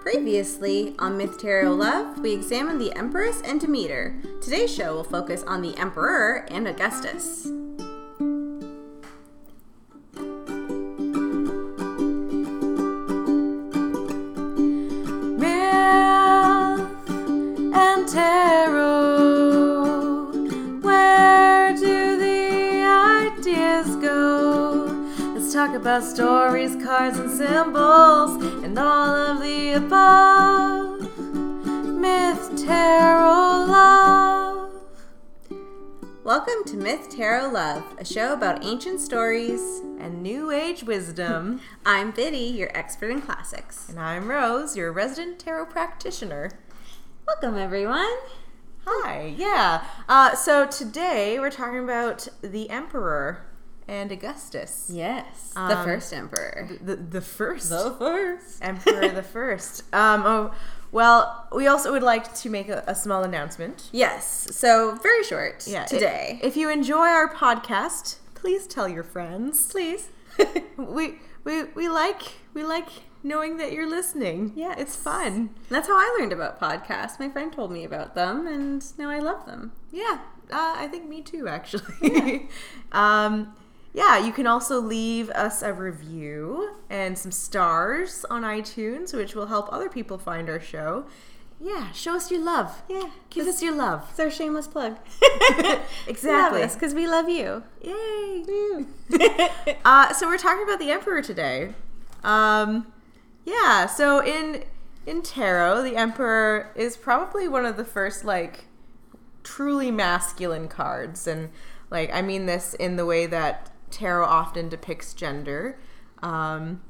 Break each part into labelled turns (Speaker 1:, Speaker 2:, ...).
Speaker 1: Previously on Myth Tarot Love, we examined the Empress and Demeter. Today's show will focus on the Emperor and Augustus.
Speaker 2: Myth and tarot. Where do the ideas go? Let's talk about stories, cards, and symbols, and all of the above. Myth, tarot, love.
Speaker 1: Welcome to Myth Tarot Love, a show about ancient stories.
Speaker 2: And New Age wisdom.
Speaker 1: I'm Biddy, your expert in classics.
Speaker 2: and I'm Rose, your resident tarot practitioner.
Speaker 1: Welcome, everyone.
Speaker 2: Hi, yeah. Uh, so today we're talking about the Emperor and Augustus.
Speaker 1: Yes, the
Speaker 2: Um,
Speaker 1: first Emperor.
Speaker 2: The, the first
Speaker 1: first.
Speaker 2: Emperor, the first. Um, oh, well, we also would like to make a, a small announcement
Speaker 1: Yes, so very short
Speaker 2: Yeah, i-
Speaker 1: today.
Speaker 2: If you enjoy our podcast, please tell your friends. Please. we, we, we like we like knowing that you're listening. Yeah, it's fun.
Speaker 1: That's how I learned about podcasts. My friend told me about them, and now I love them.
Speaker 2: Yeah, uh, I think me too, actually. um, yeah, you can also leave us a review and some stars on iTunes, which will help other people find our show. Yeah, show us your love.
Speaker 1: Yeah,
Speaker 2: Give us your love.
Speaker 1: It's our shameless plug.
Speaker 2: Exactly.
Speaker 1: because we love you.
Speaker 2: Yay! uh, so we're talking about the emperor today. Um, yeah. So in in tarot, the emperor is probably one of the first like truly masculine cards, and like I mean this in the way that tarot often depicts gender. Um,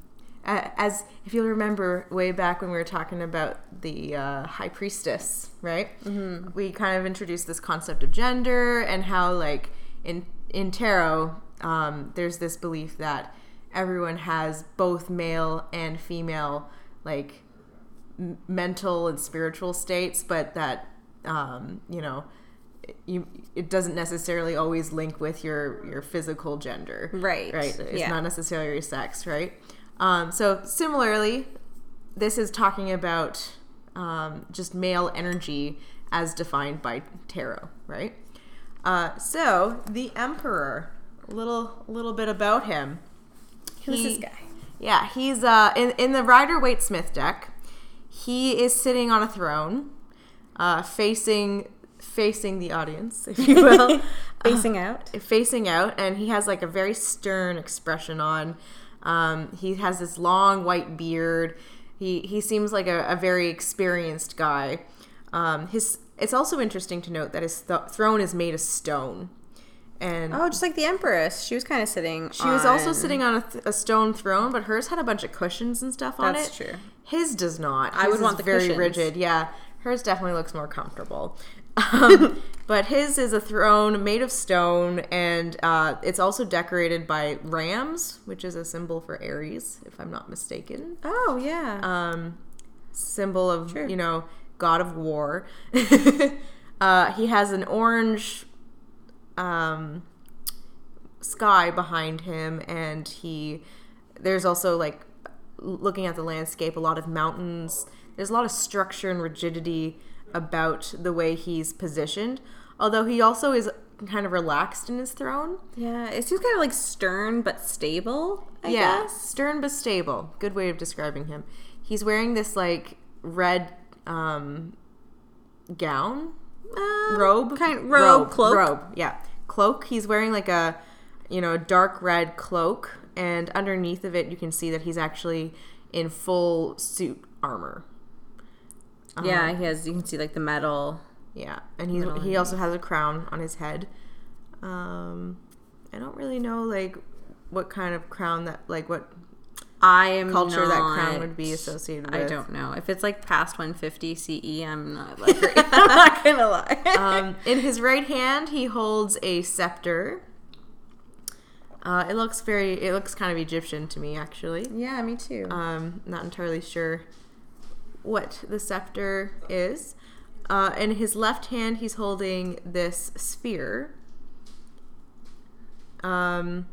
Speaker 2: a- as if you'll remember way back when we were talking about the uh, high priestess, right? Mm-hmm. We kind of introduced this concept of gender and how, like, in in tarot, um, there's this belief that everyone has both male and female, like, m- mental and spiritual states, but that um, you know, it- you it doesn't necessarily always link with your your physical gender,
Speaker 1: Right.
Speaker 2: Right. It's
Speaker 1: Yeah.
Speaker 2: not necessarily your sex, right? Um, so similarly, this is talking about um, just male energy as defined by tarot, right? Uh, so the emperor, a little little bit about him.
Speaker 1: Who's
Speaker 2: He-
Speaker 1: this guy?
Speaker 2: yeah, he's uh, in, in the Rider Waite Smith deck. He is sitting on a throne, uh, facing facing the audience, if you will,
Speaker 1: Facing
Speaker 2: Uh-huh.
Speaker 1: out.
Speaker 2: facing out, and he has like a very stern expression on. Um, he has this long white beard. He he seems like a, a very experienced guy. Um, his it's also interesting to note that his th- throne is made of stone, and
Speaker 1: Oh, just like the Empress. She was kind of sitting.
Speaker 2: she was also sitting on a, th- a stone throne, but hers had a bunch of cushions and stuff on
Speaker 1: That's
Speaker 2: it.
Speaker 1: true.
Speaker 2: His does not.
Speaker 1: I
Speaker 2: His
Speaker 1: would
Speaker 2: is
Speaker 1: want the
Speaker 2: very
Speaker 1: cushions.
Speaker 2: rigid. Yeah, hers definitely looks more comfortable. Um, but his is a throne made of stone, and uh, it's also decorated by rams, which is a symbol for Aries, if I'm not mistaken.
Speaker 1: Oh yeah.
Speaker 2: Um, symbol of
Speaker 1: Sure.
Speaker 2: you know god of war. uh, he has an orange um, sky behind him, and he there's also like looking at the landscape, a lot of mountains. There's a lot of structure and rigidity about the way he's positioned. Although he also is kind of relaxed in his throne.
Speaker 1: yeah. It's just kind of like stern but stable. I
Speaker 2: yeah,
Speaker 1: guess.
Speaker 2: stern but stable. Good way of describing him. He's wearing this like red um, gown,
Speaker 1: Um,
Speaker 2: robe,
Speaker 1: kind robe, cloak.
Speaker 2: robe. Yeah, cloak. He's wearing like a, you know, a dark red cloak, and underneath of it, you can see that he's actually in full suit armor. Uh-huh.
Speaker 1: Yeah. He has. You can see like the metal.
Speaker 2: Yeah, and he's he also has a crown on his head. Um, I don't really know like what kind of crown that like what
Speaker 1: I am
Speaker 2: culture that crown
Speaker 1: not-
Speaker 2: would be associated with.
Speaker 1: I don't know if it's like past 150 CE. E, I'm not. Like, I'm not gonna lie.
Speaker 2: um, in his right hand, he holds a scepter. Uh, it looks very. It looks kind of Egyptian to me, actually.
Speaker 1: yeah, me too.
Speaker 2: Um, not entirely sure what the scepter is. Uh, in his left hand, he's holding this sphere. Um,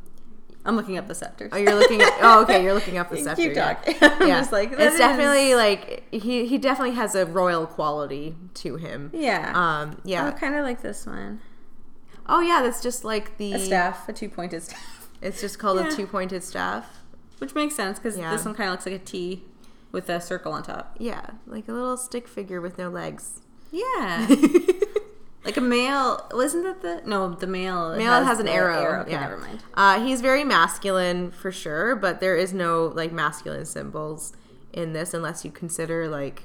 Speaker 1: I'm looking up the scepters.
Speaker 2: Oh, you're looking. Up, oh, okay. You're looking up the
Speaker 1: Keep
Speaker 2: scepter. yeah.
Speaker 1: talking. I'm
Speaker 2: Yeah.
Speaker 1: just like, that
Speaker 2: it's
Speaker 1: is-
Speaker 2: definitely like he he definitely has a royal quality to him.
Speaker 1: yeah.
Speaker 2: Um. Yeah.
Speaker 1: I kind of like this one.
Speaker 2: Oh yeah. That's just like the.
Speaker 1: A staff, a two pointed staff,
Speaker 2: It's just called
Speaker 1: Yeah.
Speaker 2: a two pointed staff.
Speaker 1: which makes sense because
Speaker 2: Yeah.
Speaker 1: this one kind of looks like a T with a circle on top.
Speaker 2: Yeah, like a little stick figure with no legs.
Speaker 1: Yeah. like a male. Wasn't that the no? The male.
Speaker 2: Male has, an
Speaker 1: the
Speaker 2: arrow.
Speaker 1: Okay,
Speaker 2: yeah.
Speaker 1: never mind.
Speaker 2: Uh, he's very masculine for sure, but there is no like masculine symbols in this unless you consider like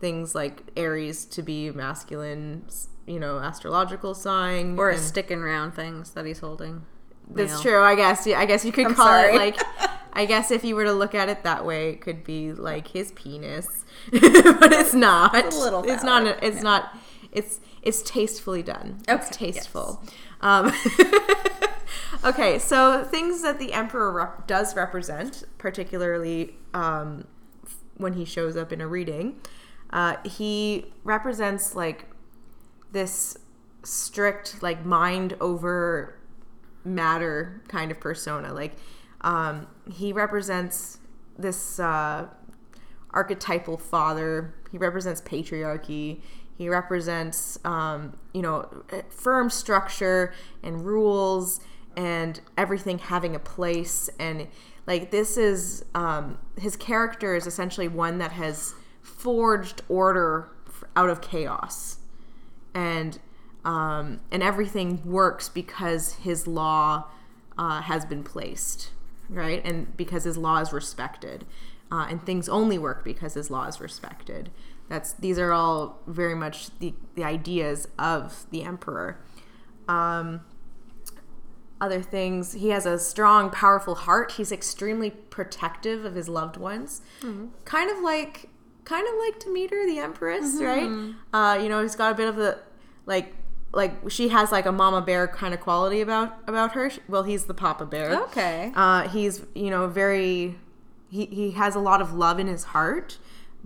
Speaker 2: things like Aries to be masculine, s- you know, astrological sign.
Speaker 1: Or a
Speaker 2: and-
Speaker 1: stick and round things that he's holding.
Speaker 2: that's
Speaker 1: Male.
Speaker 2: true. I guess. Yeah, I guess you could
Speaker 1: I'm
Speaker 2: call
Speaker 1: sorry.
Speaker 2: it like. I guess if you were to look at it that way, it could be like his penis, but it's not.
Speaker 1: a little
Speaker 2: It's not.
Speaker 1: phallic,
Speaker 2: It's
Speaker 1: yeah.
Speaker 2: not. It's it's tastefully done.
Speaker 1: Okay,
Speaker 2: It's tasteful. Um, okay, so things that the emperor rep- does represent, particularly um, when he shows up in a reading, uh, he represents like this strict like mind over matter kind of persona like um, he represents this uh, archetypal father he represents patriarchy he represents um, you know firm structure and rules and everything having a place and like this is um, his character is essentially one that has forged order f- out of chaos and um, and everything works because his law uh, has been placed, right? And because his law is respected, uh, and things only work because his law is respected. That's these are all very much the the ideas of the emperor. Um, other things. He has a strong, powerful heart. He's extremely protective of his loved ones, kind of like kind of like Demeter, the Empress, right? Uh, you know, he's got a bit of the like like she has like a mama bear kind of quality about about her. She- Well, he's the papa bear.
Speaker 1: Okay.
Speaker 2: Uh, he's you know very he he has a lot of love in his heart,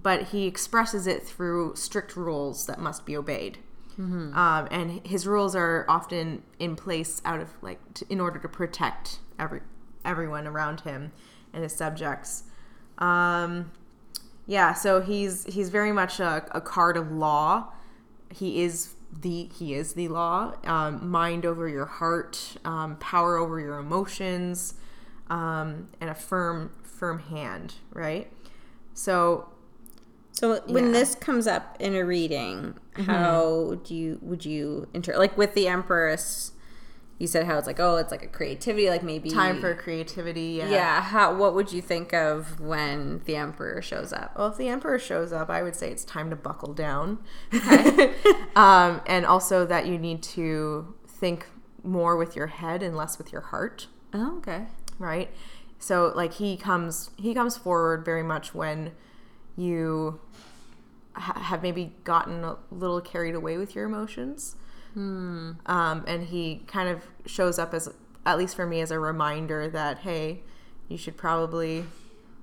Speaker 2: but he expresses it through strict rules that must be obeyed. Um, and his rules are often in place out of like t- in order to protect every everyone around him and his subjects. Um, yeah, so he's he's very much a, a card of law. He is the he is the law. Um, mind over your heart, um, power over your emotions, um, and a firm firm hand. Right. So
Speaker 1: So when
Speaker 2: Yeah. Mm-hmm.
Speaker 1: this comes up in a reading, how do you would you inter like with the Empress? You said how it's like oh, it's like a creativity, like maybe
Speaker 2: time for creativity. Yeah.
Speaker 1: yeah. How what would you think of when the Emperor shows up?
Speaker 2: Well, if the emperor shows up, I would say it's time to buckle down, um, and also that you need to think more with your head and less with your heart.
Speaker 1: Oh, okay.
Speaker 2: right so like he comes he comes forward very much when you ha- have maybe gotten a little carried away with your emotions um, and he kind of shows up as at least for me as a reminder that hey you should probably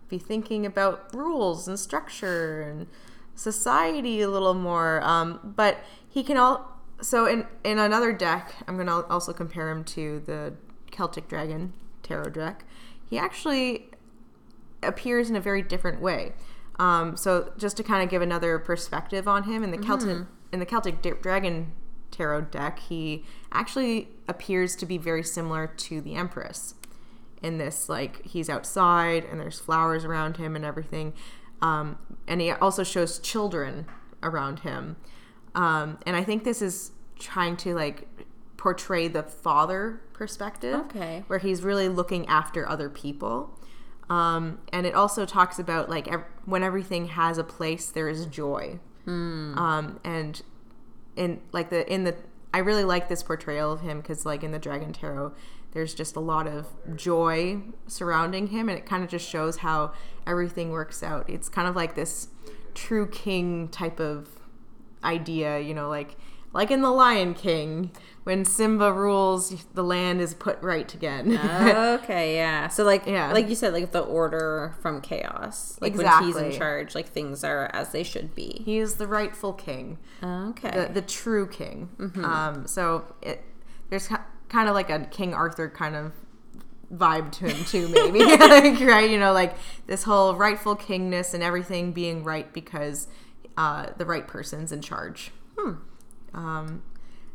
Speaker 2: be thinking about rules and structure and society a little more um, but he can all so in in another deck i'm going to also compare him to the celtic dragon tarot deck he actually appears in a very different way. Um, so just to kind of give another perspective on him in the Celtic in the Celtic Dra- Dragon Tarot deck, he actually appears to be very similar to the Empress. In this, like he's outside and there's flowers around him and everything, um, and he also shows children around him. Um, and I think this is trying to like portray the father perspective
Speaker 1: Okay.
Speaker 2: where he's really looking after other people. Um, and it also talks about like ev- when everything has a place, there is joy. Um, and in like the in the I really like this portrayal of him because like in the Dragon Tarot, there's just a lot of joy surrounding him, and it kind of just shows how everything works out. It's kind of like this true king type of idea, you know, like like in the Lion King when Simba rules, the land is put right again.
Speaker 1: okay, yeah. So like
Speaker 2: Yeah.
Speaker 1: like you said, like the order from chaos, like when he's
Speaker 2: Exactly.
Speaker 1: in charge, like things are as they should be.
Speaker 2: he is the rightful king.
Speaker 1: Okay.
Speaker 2: the, the true king. Um, so it, there's ki- kind of like a King Arthur kind of vibe to him too, maybe. like, right? You know, like this whole rightful kingness and everything being right because uh, the right person's in charge. Hmm. Um,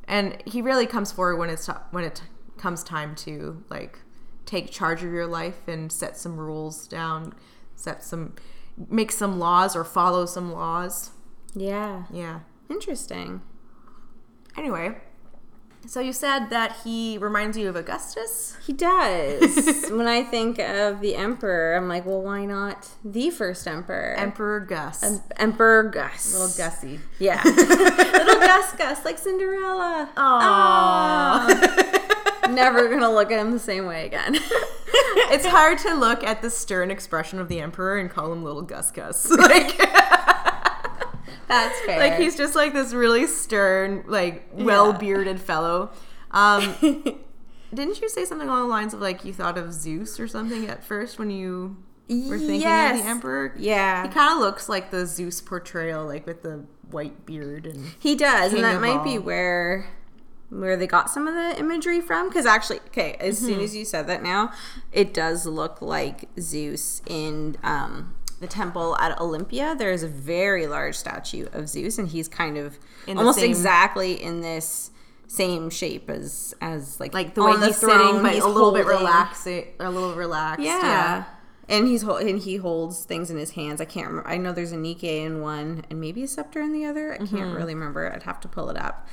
Speaker 2: and he really comes forward when it's when it comes time to like take charge of your life and set some rules down, set some, make some laws or follow some laws.
Speaker 1: Yeah.
Speaker 2: Yeah.
Speaker 1: Interesting.
Speaker 2: Anyway, so you said that he reminds you of Augustus.
Speaker 1: He does. when I think of the emperor, I'm like, well, why not the first emperor?
Speaker 2: Emperor Gus.
Speaker 1: Em- emperor Gus.
Speaker 2: Little Gussie.
Speaker 1: Yeah. Little Gus Gus, like Cinderella.
Speaker 2: Aww.
Speaker 1: Never gonna look at him the same way again.
Speaker 2: it's hard to look at the stern expression of the emperor and call him little Gus Gus. Like,
Speaker 1: That's fair.
Speaker 2: like he's just like this really stern, like well bearded fellow. Um, didn't you say something along the lines of like you thought of Zeus or something at first when you were thinking of
Speaker 1: Yes.
Speaker 2: the emperor? He
Speaker 1: yeah.
Speaker 2: kind of looks like the Zeus portrayal, like with the white beard and
Speaker 1: He does,
Speaker 2: King
Speaker 1: and that
Speaker 2: of
Speaker 1: might be
Speaker 2: all.
Speaker 1: where where they got some of the imagery from. Because actually, okay, as
Speaker 2: Mm-hmm.
Speaker 1: soon as you said that, now it does look like Zeus in um, the temple at Olympia. There is a very large statue of Zeus, and he's kind of
Speaker 2: In the
Speaker 1: almost
Speaker 2: same-
Speaker 1: exactly in this same shape as as like
Speaker 2: like the
Speaker 1: on
Speaker 2: way he's sitting, but
Speaker 1: he's
Speaker 2: a little bit
Speaker 1: holding-
Speaker 2: relaxing, a little relaxed.
Speaker 1: Yeah. And he's hol- and he holds things in his hands. I can't remember. I know there's a Nike in one and maybe a scepter in the other. I can't
Speaker 2: Mm-hmm.
Speaker 1: really remember. I'd have to pull it up.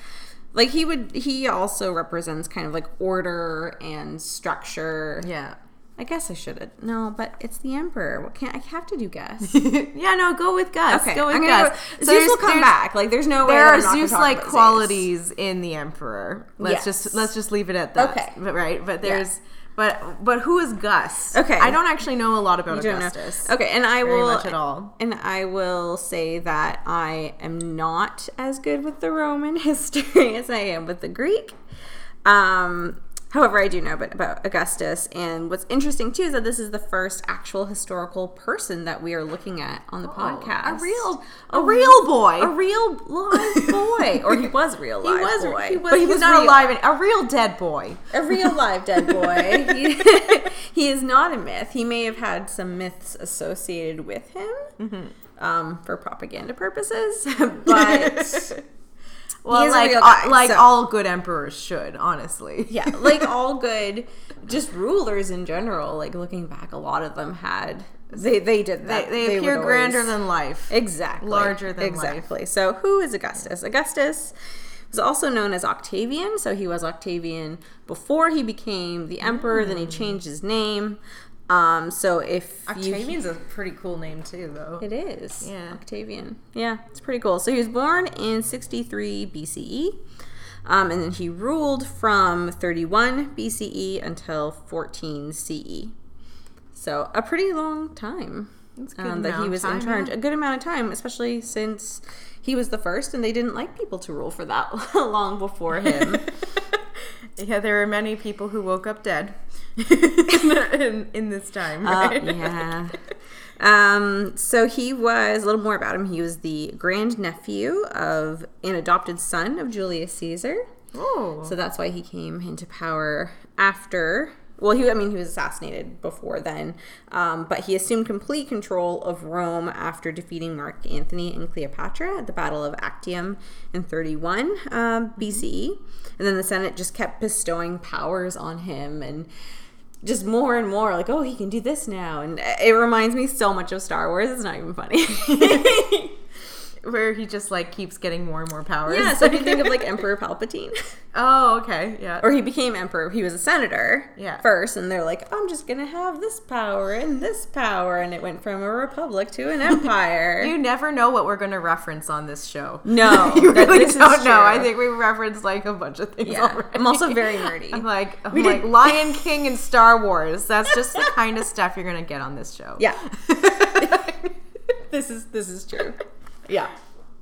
Speaker 1: Like he would he also represents kind of like order and structure.
Speaker 2: yeah,
Speaker 1: I guess I should have. No, but it's the emperor. What can't I have to do guess?
Speaker 2: yeah. No, go with Gus.
Speaker 1: Okay.
Speaker 2: Go with
Speaker 1: I'm gonna
Speaker 2: Gus.
Speaker 1: go-
Speaker 2: So
Speaker 1: Zeus
Speaker 2: there's-
Speaker 1: will come
Speaker 2: there's-
Speaker 1: back. Like there's no way
Speaker 2: There
Speaker 1: that
Speaker 2: are
Speaker 1: I'm not gonna
Speaker 2: Zeus
Speaker 1: talk
Speaker 2: like
Speaker 1: about
Speaker 2: qualities in the emperor.
Speaker 1: Yes.
Speaker 2: Let's just let's just leave it at that.
Speaker 1: Okay.
Speaker 2: But right, but there's but but who is Gus?
Speaker 1: Okay.
Speaker 2: I don't actually know a lot about
Speaker 1: I don't know. Uh,
Speaker 2: Augustus.
Speaker 1: Okay, and I
Speaker 2: Very
Speaker 1: will
Speaker 2: much at all.
Speaker 1: And I will say that I am not as good with the Roman history as I am with the Greek. Um, however, I do know a bit about Augustus. And what's interesting too is that this is the first actual historical person that we are looking at on the podcast.
Speaker 2: A real a, real boy.
Speaker 1: a real live boy, or he was real
Speaker 2: he
Speaker 1: live.
Speaker 2: was
Speaker 1: boy.
Speaker 2: he was
Speaker 1: But
Speaker 2: he was not
Speaker 1: real.
Speaker 2: alive and a real dead boy.
Speaker 1: A real live dead boy. He, he is not a myth. He may have had some myths associated with him um, for propaganda purposes, but
Speaker 2: Well,
Speaker 1: is a
Speaker 2: like
Speaker 1: real
Speaker 2: uh,
Speaker 1: guy,
Speaker 2: like
Speaker 1: so-
Speaker 2: all good emperors should, honestly.
Speaker 1: yeah, like all good, just rulers in general. Like looking back, a lot of them had they they did
Speaker 2: They,
Speaker 1: that.
Speaker 2: they,
Speaker 1: would
Speaker 2: appear grander
Speaker 1: always-
Speaker 2: than life.
Speaker 1: Exactly.
Speaker 2: Larger than life.
Speaker 1: Exactly. So who is Augustus? Augustus was also known as Octavian. So he was Octavian before he became the emperor. Then he changed his name. Um, so if you
Speaker 2: Octavian's a pretty cool name too, though.
Speaker 1: it is.
Speaker 2: Yeah.
Speaker 1: Octavian. Yeah, it's pretty cool. So he was born in 63 BCE. Um, and then he ruled from 31 BCE E until 14 CE. So a pretty long time
Speaker 2: a good
Speaker 1: um, that
Speaker 2: amount
Speaker 1: he
Speaker 2: of
Speaker 1: was
Speaker 2: time,
Speaker 1: in charge.
Speaker 2: yeah.
Speaker 1: A good amount of time, especially since he was the first and they didn't like people to rule for that long before him.
Speaker 2: yeah, there were many people who woke up dead in, in, in this time.
Speaker 1: Uh,
Speaker 2: Right?
Speaker 1: yeah. Um, so he was a little more about him. He was the grand nephew of an adopted son of Julius Caesar.
Speaker 2: Oh.
Speaker 1: So that's why he came into power after. Well, he I mean he was assassinated before then, um, but he assumed complete control of Rome after defeating Mark Antony and Cleopatra at the Battle of Actium in 31 um, BCE, and then the Senate just kept bestowing powers on him and just more and more like oh he can do this now and it reminds me so much of Star Wars it's not even funny
Speaker 2: where he just like keeps getting more and more powers.
Speaker 1: yeah so if you think of like Emperor Palpatine
Speaker 2: oh, okay, yeah.
Speaker 1: or he became emperor. He was a senator
Speaker 2: Yeah.
Speaker 1: first, and they're like, I'm just gonna have this power and this power, and it went from a republic to an empire.
Speaker 2: you never know what we're going to reference on this show.
Speaker 1: no,
Speaker 2: you
Speaker 1: that-
Speaker 2: really
Speaker 1: this is
Speaker 2: don't know. I
Speaker 1: true.
Speaker 2: think we referenced like a bunch of things
Speaker 1: Yeah,
Speaker 2: already.
Speaker 1: I'm also very nerdy.
Speaker 2: I'm like, I'm
Speaker 1: We
Speaker 2: like
Speaker 1: did-
Speaker 2: Lion King and Star Wars. That's just the kind of stuff you're going to get on this show.
Speaker 1: yeah, this is this is true. Yeah.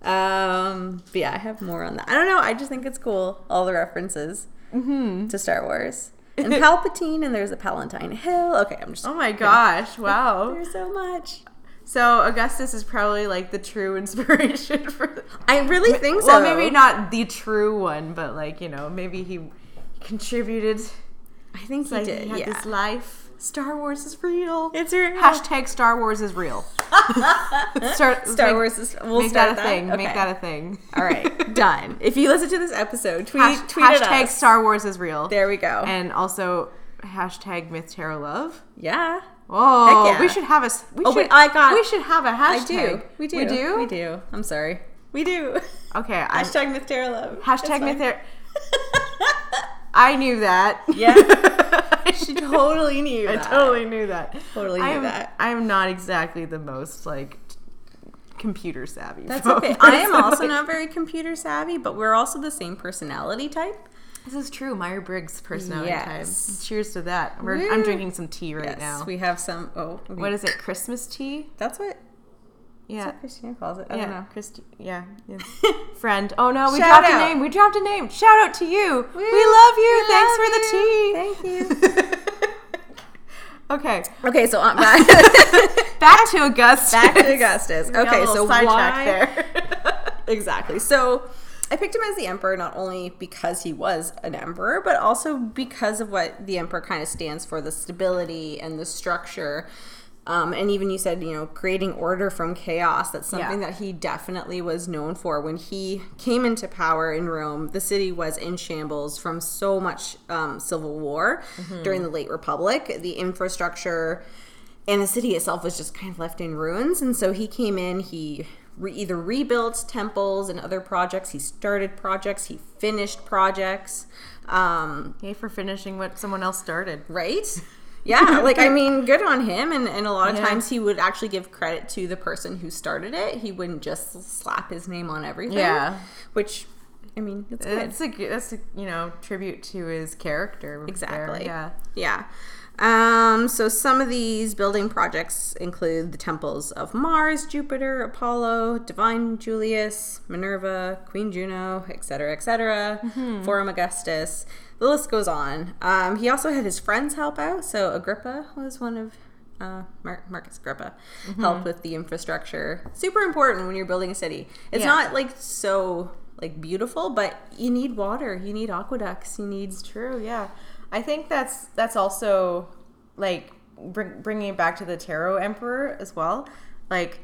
Speaker 1: Um, but yeah, I have more on that. I don't know. I just think it's cool all the references
Speaker 2: Mm-hmm.
Speaker 1: to Star Wars and Palpatine, and there's a Palatine Hill. Okay, I'm just
Speaker 2: Oh my gosh! Wow.
Speaker 1: there's so much.
Speaker 2: So Augustus is probably like the true inspiration for.
Speaker 1: I really think so.
Speaker 2: Well, maybe not the true one, but like you know, maybe he contributed
Speaker 1: I think he
Speaker 2: Like,
Speaker 1: did.
Speaker 2: he had
Speaker 1: yeah.
Speaker 2: this life. Star Wars is real.
Speaker 1: it's real.
Speaker 2: Hashtag Star Wars is real. Start,
Speaker 1: Star
Speaker 2: make-
Speaker 1: Wars is. We'll
Speaker 2: make
Speaker 1: start
Speaker 2: that a thing. Make
Speaker 1: Okay.
Speaker 2: that a thing.
Speaker 1: All right, done. If you listen to this episode, tweet
Speaker 2: Hash-
Speaker 1: tweet at
Speaker 2: hashtag
Speaker 1: us.
Speaker 2: Star Wars is real.
Speaker 1: There we go.
Speaker 2: And also hashtag Myth Tarot Love.
Speaker 1: yeah.
Speaker 2: Oh,
Speaker 1: Heck yeah.
Speaker 2: we should have a. s- We
Speaker 1: Oh,
Speaker 2: should,
Speaker 1: wait, I got-
Speaker 2: We should have a hashtag.
Speaker 1: I do. We do.
Speaker 2: We do.
Speaker 1: We do. I'm sorry. We do.
Speaker 2: Okay. I'm-
Speaker 1: Hashtag Myth Tara Love.
Speaker 2: hashtag
Speaker 1: Mythera.
Speaker 2: Myth. Tarot- I knew that.
Speaker 1: Yeah. she totally knew.
Speaker 2: I
Speaker 1: that.
Speaker 2: totally knew that.
Speaker 1: Totally knew
Speaker 2: I'm,
Speaker 1: that.
Speaker 2: I'm not exactly the most like t- computer savvy.
Speaker 1: That's
Speaker 2: folk
Speaker 1: okay. I am
Speaker 2: person.
Speaker 1: also not very computer savvy, but we're also the same personality type.
Speaker 2: This is true. Meyer Briggs personality
Speaker 1: Yes.
Speaker 2: type. Cheers to that. We're,
Speaker 1: Woo.
Speaker 2: I'm drinking some tea right
Speaker 1: Yes,
Speaker 2: now.
Speaker 1: we have some. Oh, we-
Speaker 2: What is it? Christmas tea?
Speaker 1: that's what, that's
Speaker 2: Yeah.
Speaker 1: what Christina calls it. I
Speaker 2: yeah.
Speaker 1: don't know.
Speaker 2: Christi- yeah. yeah. Friend. Oh no, we
Speaker 1: Shout
Speaker 2: dropped
Speaker 1: out.
Speaker 2: a name. We dropped a name. Shout out to you. We,
Speaker 1: Woo.
Speaker 2: love you.
Speaker 1: We
Speaker 2: Thanks
Speaker 1: love
Speaker 2: for the tea. okay.
Speaker 1: Okay, so uh, on back
Speaker 2: Back to Augustus.
Speaker 1: back to Augustus.
Speaker 2: We got a
Speaker 1: Okay,
Speaker 2: little
Speaker 1: so
Speaker 2: sidetrack
Speaker 1: why?
Speaker 2: there.
Speaker 1: Exactly. So I picked him as the emperor not only because he was an emperor, but also because of what the emperor kind of stands for the stability and the structure. Um, and even you said, you know, creating order from chaos. That's something
Speaker 2: Yeah.
Speaker 1: that he definitely was known for. When he came into power in Rome, the city was in shambles from so much um, civil war during the late Republic. The infrastructure and the city itself was just kind of left in ruins. And so he came in, he re- either rebuilt temples and other projects, he started projects, he finished projects. Um,
Speaker 2: Yay for finishing what someone else started.
Speaker 1: right? Yeah, like I mean, good on him. And, and a lot of
Speaker 2: Yeah.
Speaker 1: times he would actually give credit to the person who started it. He wouldn't just slap his name on everything.
Speaker 2: Yeah.
Speaker 1: Which, I mean, it's good.
Speaker 2: That's a g- that's a you know tribute to his character. there.
Speaker 1: Exactly.
Speaker 2: Yeah.
Speaker 1: Yeah. Um, so some of these building projects include the temples of Mars, Jupiter, Apollo, Divine Julius, Minerva, Queen Juno, etc., etc.,
Speaker 2: Mm-hmm.
Speaker 1: Forum Augustus. The list goes on. Um, he also had his friends help out. So Agrippa was one of uh, Mar- Marcus Agrippa
Speaker 2: Mm-hmm.
Speaker 1: helped with the infrastructure. Super important when you're building a city. It's
Speaker 2: Yeah.
Speaker 1: not like so like beautiful, but you need water, you need aqueducts, you need
Speaker 2: True. Yeah. I think that's that's also like bring, bringing it back to the Tarot Emperor as well. Like,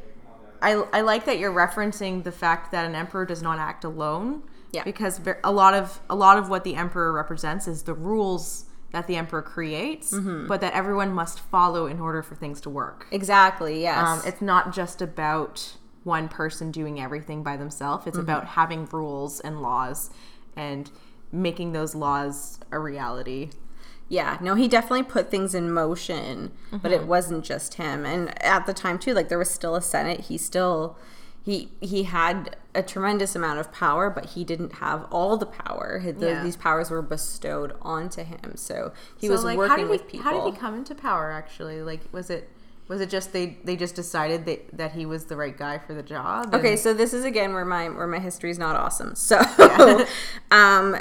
Speaker 2: I I like that you're referencing the fact that an emperor does not act alone.
Speaker 1: Yeah.
Speaker 2: Because ver- a lot of a lot of what the emperor represents is the rules that the emperor creates, but that everyone must follow in order for things to work.
Speaker 1: Exactly. Yes.
Speaker 2: Um, it's not just about one person doing everything by themselves.
Speaker 1: Mm-hmm.
Speaker 2: It's about having rules and laws and making those laws a reality.
Speaker 1: yeah. No, he definitely put things in motion, but
Speaker 2: Mm-hmm.
Speaker 1: it wasn't just him. And at the time too, like there was still a Senate. He still he he had a tremendous amount of power, but he didn't have all the power. He- the-
Speaker 2: Yeah.
Speaker 1: These powers were bestowed onto him, so he was
Speaker 2: like,
Speaker 1: working
Speaker 2: how did
Speaker 1: with
Speaker 2: he,
Speaker 1: people.
Speaker 2: How did he come into power? Actually, like, was it was it just they they just decided that that he was the right guy for the job?
Speaker 1: Okay, so this is again where my where my history is not awesome. So, um,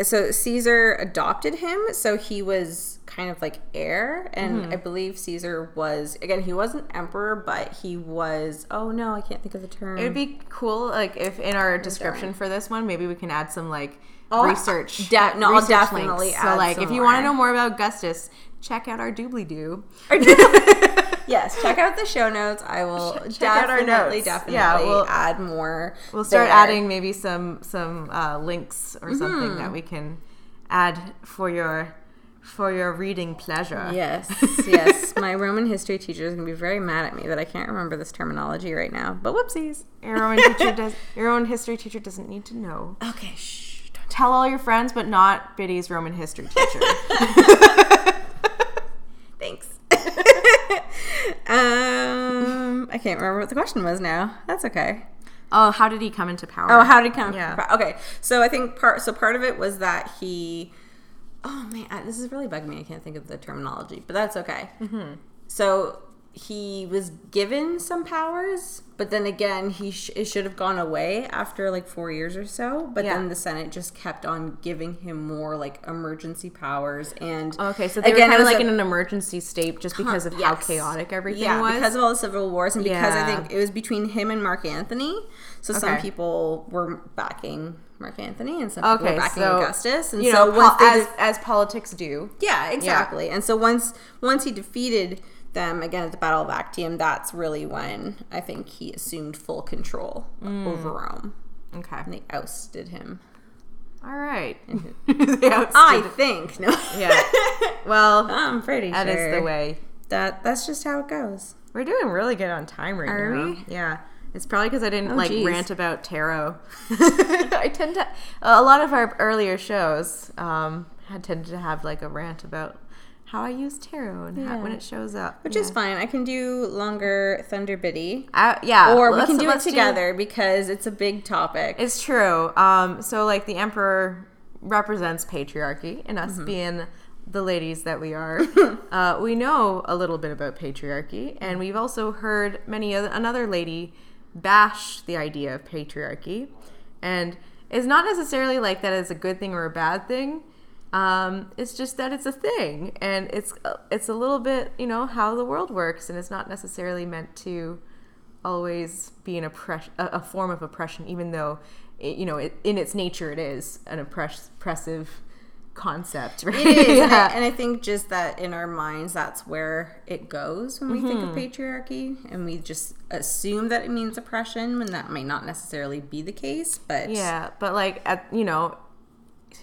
Speaker 1: so Caesar adopted him, so he was kind of like heir, and
Speaker 2: Mm-hmm.
Speaker 1: I believe Caesar was again he wasn't emperor, but he was. Oh no, I can't think of the term.
Speaker 2: It would be cool, like, if in our description for this one, maybe we can add some like
Speaker 1: I'll-
Speaker 2: research.
Speaker 1: de- no, I'll
Speaker 2: research
Speaker 1: definitely
Speaker 2: links.
Speaker 1: add
Speaker 2: So, like,
Speaker 1: some
Speaker 2: if you want to
Speaker 1: more.
Speaker 2: know more about Augustus, check out our doobly doo.
Speaker 1: yes, check out the show notes. I will
Speaker 2: check out our
Speaker 1: definitely
Speaker 2: notes.
Speaker 1: definitely
Speaker 2: Yeah, we'll-
Speaker 1: add more.
Speaker 2: We'll start
Speaker 1: there.
Speaker 2: adding maybe some some uh, links or something
Speaker 1: Mm-hmm.
Speaker 2: that we can add for your for your reading pleasure.
Speaker 1: Yes, yes. My Roman history teacher is going to be very mad at me that I can't remember this terminology right now. But whoopsies.
Speaker 2: Your own teacher does your own history teacher doesn't need to know.
Speaker 1: Okay, shh. Don't
Speaker 2: Tell all your friends, but not Biddy's Roman history teacher.
Speaker 1: Thanks. um, I can't remember what the question was now. That's okay.
Speaker 2: oh, how did he come into power?
Speaker 1: Oh, how did count?
Speaker 2: Yeah.
Speaker 1: Okay, so I think part. So part of it was that he. Oh man, I- this is really bugging me. I can't think of the terminology, but that's okay.
Speaker 2: Mm-hmm.
Speaker 1: So he was given some powers, but then again, he sh- it should have gone away after like four years or so. But
Speaker 2: Yeah.
Speaker 1: then the Senate just kept on giving him more like emergency powers and
Speaker 2: Okay, so they
Speaker 1: Oh, Again,
Speaker 2: were
Speaker 1: it
Speaker 2: kind of
Speaker 1: was
Speaker 2: like
Speaker 1: a-
Speaker 2: in an emergency state just because of how
Speaker 1: yes.
Speaker 2: chaotic everything
Speaker 1: yeah,
Speaker 2: was.
Speaker 1: because of all the civil wars and because I
Speaker 2: Yeah.
Speaker 1: think it was between him and Mark Anthony. So some
Speaker 2: Okay.
Speaker 1: people were backing Mark Anthony, and some people
Speaker 2: Okay,
Speaker 1: were backing
Speaker 2: so,
Speaker 1: Augustus. And
Speaker 2: you
Speaker 1: so
Speaker 2: know,
Speaker 1: once
Speaker 2: pol-
Speaker 1: they
Speaker 2: as
Speaker 1: def-
Speaker 2: as politics do.
Speaker 1: yeah, exactly. And so once once he defeated them again at the Battle of Actium, that's really when I think he assumed full control
Speaker 2: Mm.
Speaker 1: over Rome,
Speaker 2: Okay.
Speaker 1: and they ousted him.
Speaker 2: All right. They ousted
Speaker 1: I
Speaker 2: it.
Speaker 1: think no.
Speaker 2: yeah. Well,
Speaker 1: I'm pretty
Speaker 2: that is
Speaker 1: sure
Speaker 2: the way.
Speaker 1: that that's just how it goes.
Speaker 2: We're doing really good on time right
Speaker 1: Are
Speaker 2: now.
Speaker 1: we?
Speaker 2: Yeah. It's probably because I didn't
Speaker 1: Oh,
Speaker 2: like
Speaker 1: geez.
Speaker 2: rant about tarot. I tend to a lot of our earlier shows um, had tended to have like a rant about how I use tarot and how, when
Speaker 1: Yeah.
Speaker 2: it shows up,
Speaker 1: Which is fine. I can do longer Thunder Biddy.
Speaker 2: I, Uh, yeah.
Speaker 1: Or we
Speaker 2: let's-
Speaker 1: can Uh, do it
Speaker 2: let's
Speaker 1: together because it's a big topic.
Speaker 2: It's true. Um, so like the emperor represents patriarchy, and us being the ladies that we are, uh, we know a little bit about patriarchy, and we've also heard many other, another lady bash the idea of patriarchy, and it's not necessarily like that is a good thing or a bad thing. Um, it's just that it's a thing, and it's uh, it's a little bit you know how the world works, and it's not necessarily meant to always be an oppress a, a form of oppression, even though it, you know it, in its nature it is an oppress- oppressive concept. Right?
Speaker 1: It is, and, I,
Speaker 2: yeah.
Speaker 1: and I think just that in our minds, that's where it goes when we think
Speaker 2: Mm-hmm.
Speaker 1: of patriarchy, and we just assume that it means oppression when that may not necessarily be the case. But
Speaker 2: Yeah, but like at you know,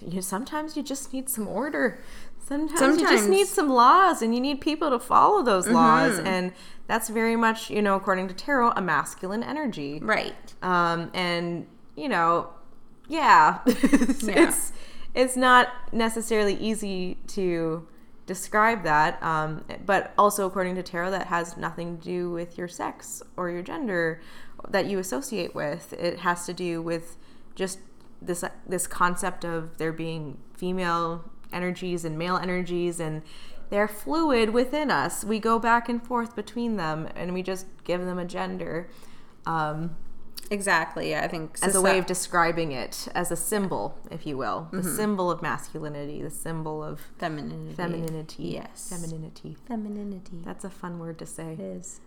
Speaker 2: you sometimes you just need some order. Sometimes, you just
Speaker 1: Sometimes. Mm-hmm.
Speaker 2: need some laws, and you need people to follow those laws, and that's very much you know, according to tarot, a masculine energy.
Speaker 1: right,
Speaker 2: um, and you know, yeah, it's it's not necessarily easy to describe that, um, but also according to tarot, that has nothing to do with your sex or your gender that you associate with. It has to do with just this this concept of there being female energies and male energies and they're fluid within us. We go back and forth between them and we just give them a gender. Um,
Speaker 1: exactly. I think
Speaker 2: as a way of describing it as a symbol, if you will, the symbol of masculinity, the symbol of
Speaker 1: femininity,
Speaker 2: femininity.
Speaker 1: Yes.
Speaker 2: femininity.
Speaker 1: femininity.
Speaker 2: That's a fun word to say.
Speaker 1: That is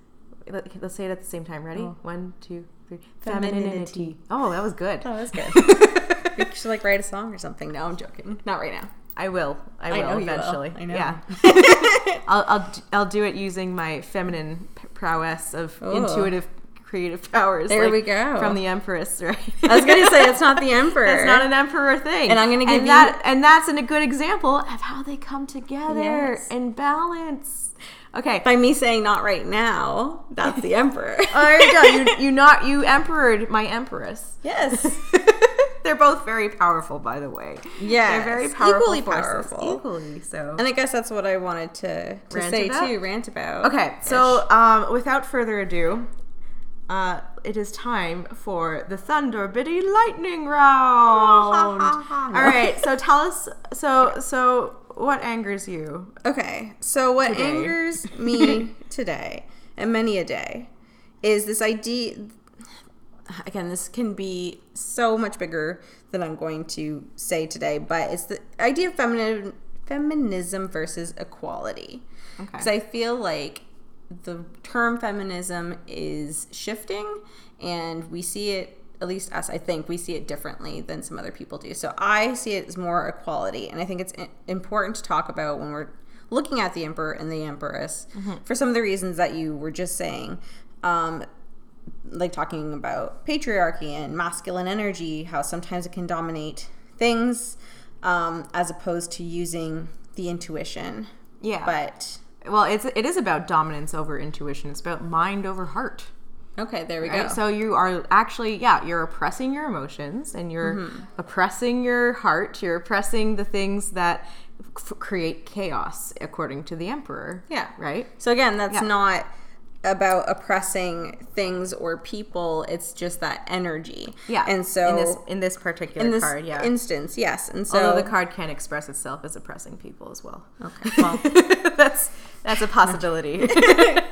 Speaker 2: Let- Let's say it at the same time. Ready?
Speaker 1: Oh.
Speaker 2: One, two, three.
Speaker 1: Femininity.
Speaker 2: Oh, that was good.
Speaker 1: that was good. you should like write a song or something. No, I'm joking. Not right now.
Speaker 2: I will. I
Speaker 1: I
Speaker 2: will
Speaker 1: know you will.
Speaker 2: eventually.
Speaker 1: I know.
Speaker 2: Yeah. I'll, I'll d- I'll do it using my feminine p- prowess of
Speaker 1: Ooh.
Speaker 2: intuitive creative powers.
Speaker 1: Oh. There
Speaker 2: like,
Speaker 1: we go.
Speaker 2: From the empress, right?
Speaker 1: I was gonna say it's not the emperor.
Speaker 2: That's not an emperor thing.
Speaker 1: And I'm gonna give
Speaker 2: and
Speaker 1: you-
Speaker 2: that, and that's an- a good example of how they come together
Speaker 1: Yes.
Speaker 2: and balance. Okay.
Speaker 1: by me saying not right now. That's the emperor.
Speaker 2: there you go. You, you not you emperored my empress.
Speaker 1: yes.
Speaker 2: They're both very powerful, by the way.
Speaker 1: Yes.
Speaker 2: They're very powerful.
Speaker 1: Equally
Speaker 2: forces.
Speaker 1: powerful.
Speaker 2: Equally so.
Speaker 1: And I guess that's what I wanted to, to
Speaker 2: Rant
Speaker 1: say
Speaker 2: about?
Speaker 1: too, rant about.
Speaker 2: Okay, so um, without further ado, uh, it is time for the Thunder Bitty Lightning Round.
Speaker 1: ha.
Speaker 2: All right, so tell us. So so what angers you?
Speaker 1: Okay. So what angers me today and many a day is this idea again, this can be so much bigger than I'm going to say today, but it's the idea of feminism feminism versus equality.
Speaker 2: Okay.
Speaker 1: So I feel like the term feminism is shifting, and we see it, at least us, I think, we see it differently than some other people do. So I see it as more equality, and I think it's i- important to talk about when we're looking at the emperor and the empress for some of the reasons that you were just saying. Um, like talking about patriarchy and masculine energy, how sometimes it can dominate things, um, as opposed to using the intuition.
Speaker 2: Yeah.
Speaker 1: But
Speaker 2: well, it's it is about dominance over intuition. It's about mind over heart.
Speaker 1: Okay, there we go.
Speaker 2: Right? So you are actually, yeah, you're oppressing your emotions and you're oppressing your heart. You're oppressing the things that f- create chaos, according to the emperor.
Speaker 1: Yeah.
Speaker 2: Right.
Speaker 1: So again, that's
Speaker 2: Yeah.
Speaker 1: not about oppressing things or people. It's just that energy.
Speaker 2: Yeah.
Speaker 1: And so
Speaker 2: in this in this particular
Speaker 1: in this
Speaker 2: card, yeah.
Speaker 1: instance, yes. And so
Speaker 2: Although the card can express itself as oppressing people as well.
Speaker 1: Okay. Well,
Speaker 2: that's that's a possibility.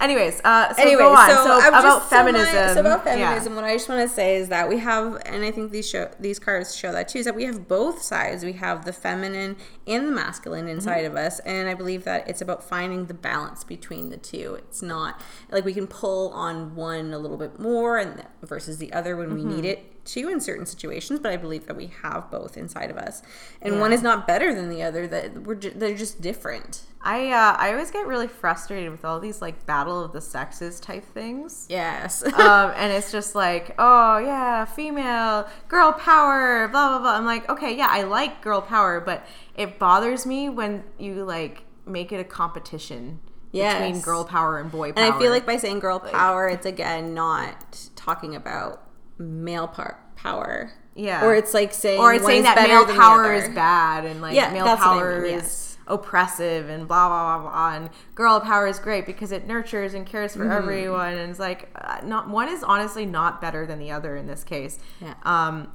Speaker 2: Anyways, uh, so
Speaker 1: anyway,
Speaker 2: go on.
Speaker 1: so,
Speaker 2: So,
Speaker 1: I'm
Speaker 2: about
Speaker 1: just, so my-
Speaker 2: feminism.
Speaker 1: So about
Speaker 2: yeah.
Speaker 1: feminism, what I just want to say is that we have, and I think these show these cards show that too, is that we have both sides. We have the feminine and the masculine
Speaker 2: Mm-hmm.
Speaker 1: inside of us, and I believe that it's about finding the balance between the two. It's
Speaker 2: Mm-hmm.
Speaker 1: not like we can pull on one a little bit more and versus the other when we need it. to in certain situations, but I believe that we have both inside of us, and one is not better than the other. That we're ju- they're just different.
Speaker 2: I uh, I always get really frustrated with all these like battle of the sexes type things.
Speaker 1: Yes.
Speaker 2: um, and it's just like, oh yeah, female girl power, blah blah blah. I'm like, okay, yeah, I like girl power, but it bothers me when you like make it a competition between
Speaker 1: Yes.
Speaker 2: girl power and boy power.
Speaker 1: and I feel like by saying girl power, it's again not talking about male par- power.
Speaker 2: Yeah.
Speaker 1: Or it's like saying
Speaker 2: or it's
Speaker 1: one
Speaker 2: saying
Speaker 1: is
Speaker 2: that
Speaker 1: better
Speaker 2: male
Speaker 1: than the
Speaker 2: power
Speaker 1: other.
Speaker 2: is bad and like
Speaker 1: Yeah,
Speaker 2: male
Speaker 1: that's what I
Speaker 2: power
Speaker 1: mean,
Speaker 2: is oppressive and blah blah blah blah and girl power is great because it nurtures and cares for
Speaker 1: Mm-hmm.
Speaker 2: everyone and it's like uh, not one is honestly not better than the other in this case
Speaker 1: Yeah.
Speaker 2: um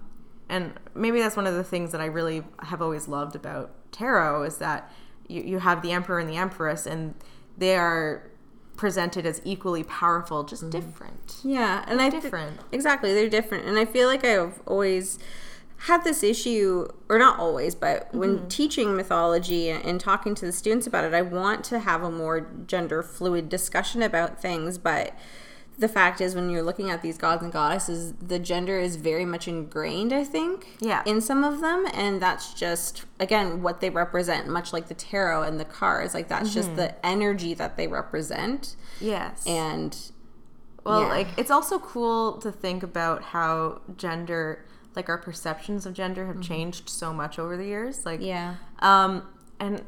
Speaker 2: and maybe that's one of the things that i really have always loved about tarot is that you, you have the emperor and the empress and they are presented as equally powerful just
Speaker 1: Mm-hmm.
Speaker 2: different
Speaker 1: Yeah, and I thi-
Speaker 2: different.
Speaker 1: exactly, they're different, and I feel like I've always had this issue, or not always, but when
Speaker 2: Mm-hmm.
Speaker 1: teaching mythology and, and talking to the students about it, I want to have a more gender fluid discussion about things, but. The fact is, when you're looking at these gods and goddesses, the gender is very much ingrained, I think,
Speaker 2: Yeah.
Speaker 1: in some of them. And that's just, again, what they represent, much like the tarot and the cards. Like, that's
Speaker 2: Mm-hmm.
Speaker 1: just the energy that they represent.
Speaker 2: yes
Speaker 1: And
Speaker 2: Well,
Speaker 1: Yeah.
Speaker 2: like it's also cool to think about how gender, like our perceptions of gender, have changed so much over the years. Like,
Speaker 1: Mm-hmm. yeah.
Speaker 2: um, and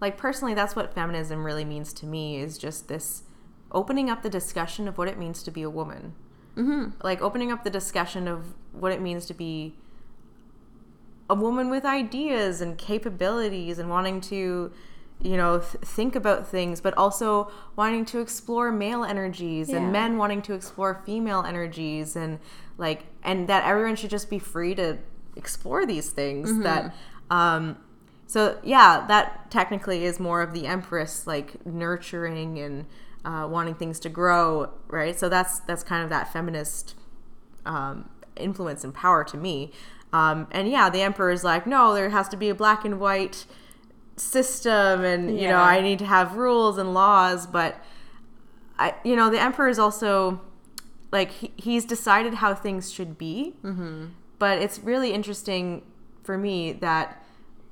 Speaker 2: like personally, that's what feminism really means to me is just this opening up the discussion of what it means to be a woman. Mm-hmm. Like opening up the discussion of what it means to be a woman with ideas and capabilities and wanting to you know th- think about things but also wanting to explore male energies
Speaker 1: Yeah.
Speaker 2: and men wanting to explore female energies and like and that everyone should just be free to explore these things that um so yeah that technically is more of the empress like nurturing and uh, wanting things to grow right so that's that's kind of that feminist um, influence and power to me. Um, and yeah, the emperor is like, no, there has to be a black and white system, and you know,
Speaker 1: Yeah.
Speaker 2: I need to have rules and laws. But I, you know, the emperor is also like he, he's decided how things should be.
Speaker 1: Mm-hmm.
Speaker 2: But it's really interesting for me that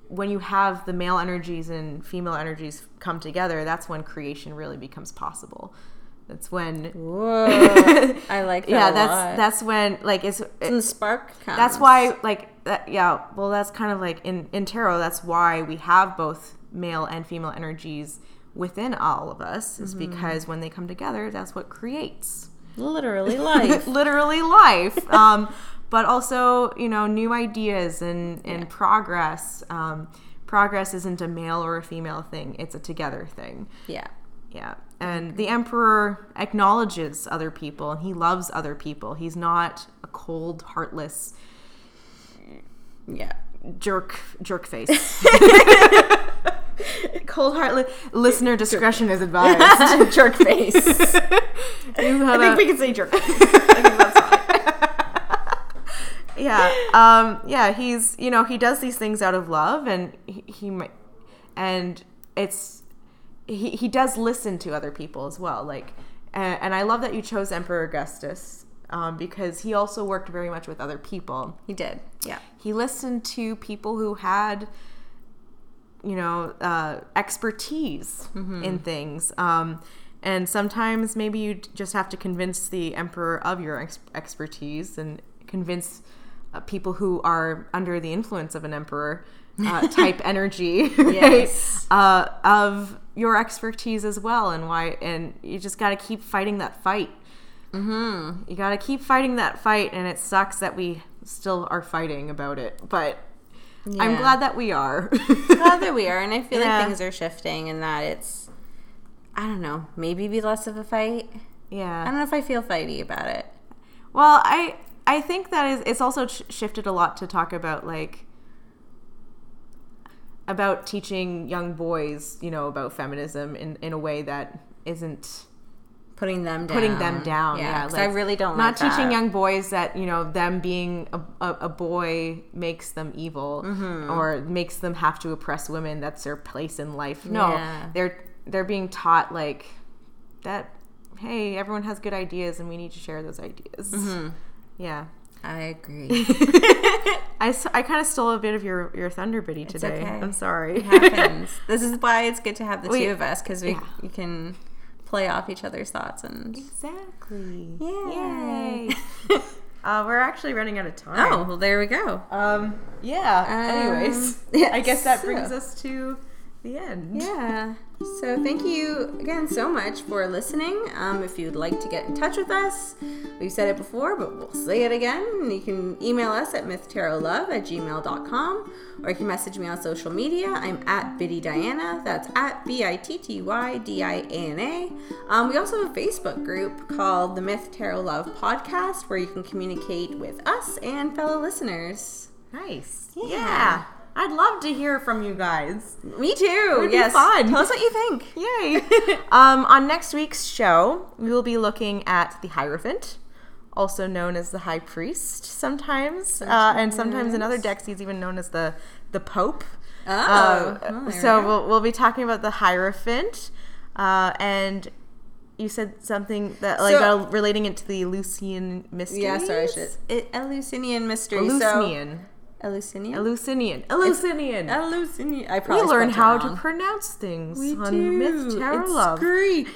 Speaker 2: when you have the male energies and female energies come together, that's when creation really becomes possible. That's when,
Speaker 1: Whoa, I like that.
Speaker 2: yeah,
Speaker 1: a
Speaker 2: that's
Speaker 1: lot.
Speaker 2: that's when like it's
Speaker 1: when the spark comes.
Speaker 2: that's why like that, yeah well that's kind of like in in tarot that's why we have both male and female energies within all of us is because when they come together that's what creates
Speaker 1: literally life.
Speaker 2: literally life um but also you know new ideas and and progress um progress isn't a male or a female thing it's a together thing
Speaker 1: yeah,
Speaker 2: yeah. And the emperor acknowledges other people and he loves other people. He's not a cold, heartless
Speaker 1: yeah,
Speaker 2: jerk jerk face. cold heartless listener discretion is advised.
Speaker 1: jerk face.
Speaker 2: You
Speaker 1: I
Speaker 2: have
Speaker 1: think
Speaker 2: a-
Speaker 1: we can say jerk. face.
Speaker 2: yeah. Um yeah, he's you know, he does these things out of love and he, he might and it's he, he does listen to other people as well. Like, and, and I love that you chose Emperor Augustus um, because he also worked very much with other people.
Speaker 1: He did. Yeah,
Speaker 2: He listened to people who had, you know, uh, expertise in things. Um, and sometimes maybe you just have to convince the emperor of your ex- expertise and convince uh, people who are under the influence of an emperor uh, type energy right?
Speaker 1: Yes.
Speaker 2: uh, of your expertise as well and why and you just got to keep fighting that fight you got to keep fighting that fight and it sucks that we still are fighting about it but i'm
Speaker 1: Yeah.
Speaker 2: glad that we are
Speaker 1: glad that we are, and I feel
Speaker 2: Yeah.
Speaker 1: like things are shifting, and that it's. I don't know. Maybe be less of a fight. I
Speaker 2: yeah
Speaker 1: don't know if I feel fighty about it.
Speaker 2: well i i think that is it's also sh- shifted a lot to talk about like about teaching young boys you know about feminism in in a way that isn't
Speaker 1: Putting them down.
Speaker 2: putting them down. Yeah,
Speaker 1: 'cause I
Speaker 2: like,
Speaker 1: really don't
Speaker 2: not
Speaker 1: like
Speaker 2: teaching
Speaker 1: that.
Speaker 2: young boys that you know them being a, a, a boy makes them evil
Speaker 1: Mm-hmm.
Speaker 2: or makes them have to oppress women. That's their place in life. No,
Speaker 1: Yeah.
Speaker 2: they're they're being taught like
Speaker 1: Mm-hmm.
Speaker 2: that. Hey, everyone has good ideas, and we need to share those ideas. Yeah,
Speaker 1: I agree.
Speaker 2: I, s- I kind of stole a bit of your, your thunder biddy today.
Speaker 1: okay.
Speaker 2: I'm sorry.
Speaker 1: It happens. this is why it's good to have the
Speaker 2: We-
Speaker 1: two of us because we,
Speaker 2: yeah.
Speaker 1: we can play off each other's thoughts and
Speaker 2: exactly.
Speaker 1: Yay.
Speaker 2: Yay. uh, we're actually running out of time.
Speaker 1: oh well, there we go.
Speaker 2: Um, yeah. Anyways,
Speaker 1: Um, yeah,
Speaker 2: I guess that
Speaker 1: so-
Speaker 2: brings us to the end.
Speaker 1: Yeah. So thank you again so much for listening. Um, if you'd like to get in touch with us, we've said it before, but we'll say it again. You can email us at mythtarolove at gmail.com or you can message me on social media. I'm at Biddy Diana. That's at B I T T Y D I A N A. Um, we also have a Facebook group called the Myth Tarot Love Podcast where you can communicate with us and fellow listeners.
Speaker 2: Nice.
Speaker 1: Yeah.
Speaker 2: Yeah. I'd love to hear from you guys.
Speaker 1: Me too.
Speaker 2: would be
Speaker 1: yes.
Speaker 2: fun.
Speaker 1: Tell us what you think.
Speaker 2: Yay. um, on next week's show, we will be looking at the Hierophant, also known as the High Priest sometimes, Uh, and sometimes in other decks he's even known as the, the Pope.
Speaker 1: Oh,
Speaker 2: Uh,
Speaker 1: well, there
Speaker 2: so
Speaker 1: we go.
Speaker 2: we'll, we'll be talking about the Hierophant, uh, and you said something that like
Speaker 1: So-
Speaker 2: about relating it to the Lucian mysteries.
Speaker 1: Yeah, sorry, I should. It, Eleusinian mystery.
Speaker 2: Eleusinian.
Speaker 1: So, Eleusinian.
Speaker 2: Eleusinian. Eleusinian.
Speaker 1: Oh, Eleusinian. I
Speaker 2: we
Speaker 1: probably
Speaker 2: learn how
Speaker 1: spelled it
Speaker 2: to
Speaker 1: wrong.
Speaker 2: pronounce things
Speaker 1: We
Speaker 2: on
Speaker 1: do.
Speaker 2: Myth Terror
Speaker 1: it's
Speaker 2: Love.
Speaker 1: Greek.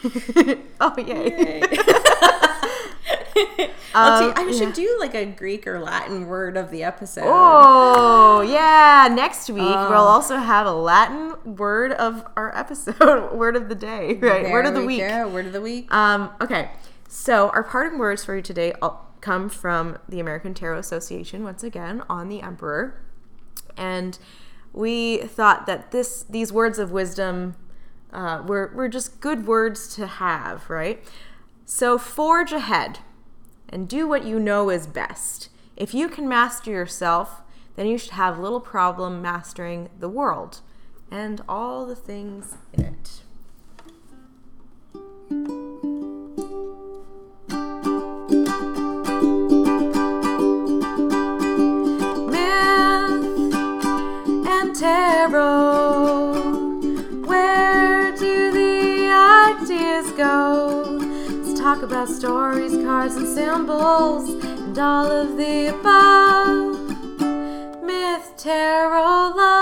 Speaker 2: oh yay!
Speaker 1: Yay. I'll
Speaker 2: Um,
Speaker 1: do- I
Speaker 2: yeah.
Speaker 1: should do like a Greek or Latin word of the episode.
Speaker 2: oh yeah! Next week
Speaker 1: Oh.
Speaker 2: we'll also have a Latin word of our episode, word of the day, right?
Speaker 1: There
Speaker 2: word of the
Speaker 1: we
Speaker 2: week.
Speaker 1: go, Word of the week.
Speaker 2: Um, okay, so our parting words for you today all come from the American Tarot Association once again on the Emperor, and we thought that this these words of wisdom uh, were were just good words to have, right? So forge ahead and do what you know is best. If you can master yourself, then you should have little problem mastering the world and all the things in it. myth and tarot. Where do the ideas go? Let's talk about stories, cards, and symbols, and all of the above. Myth, tarot, love.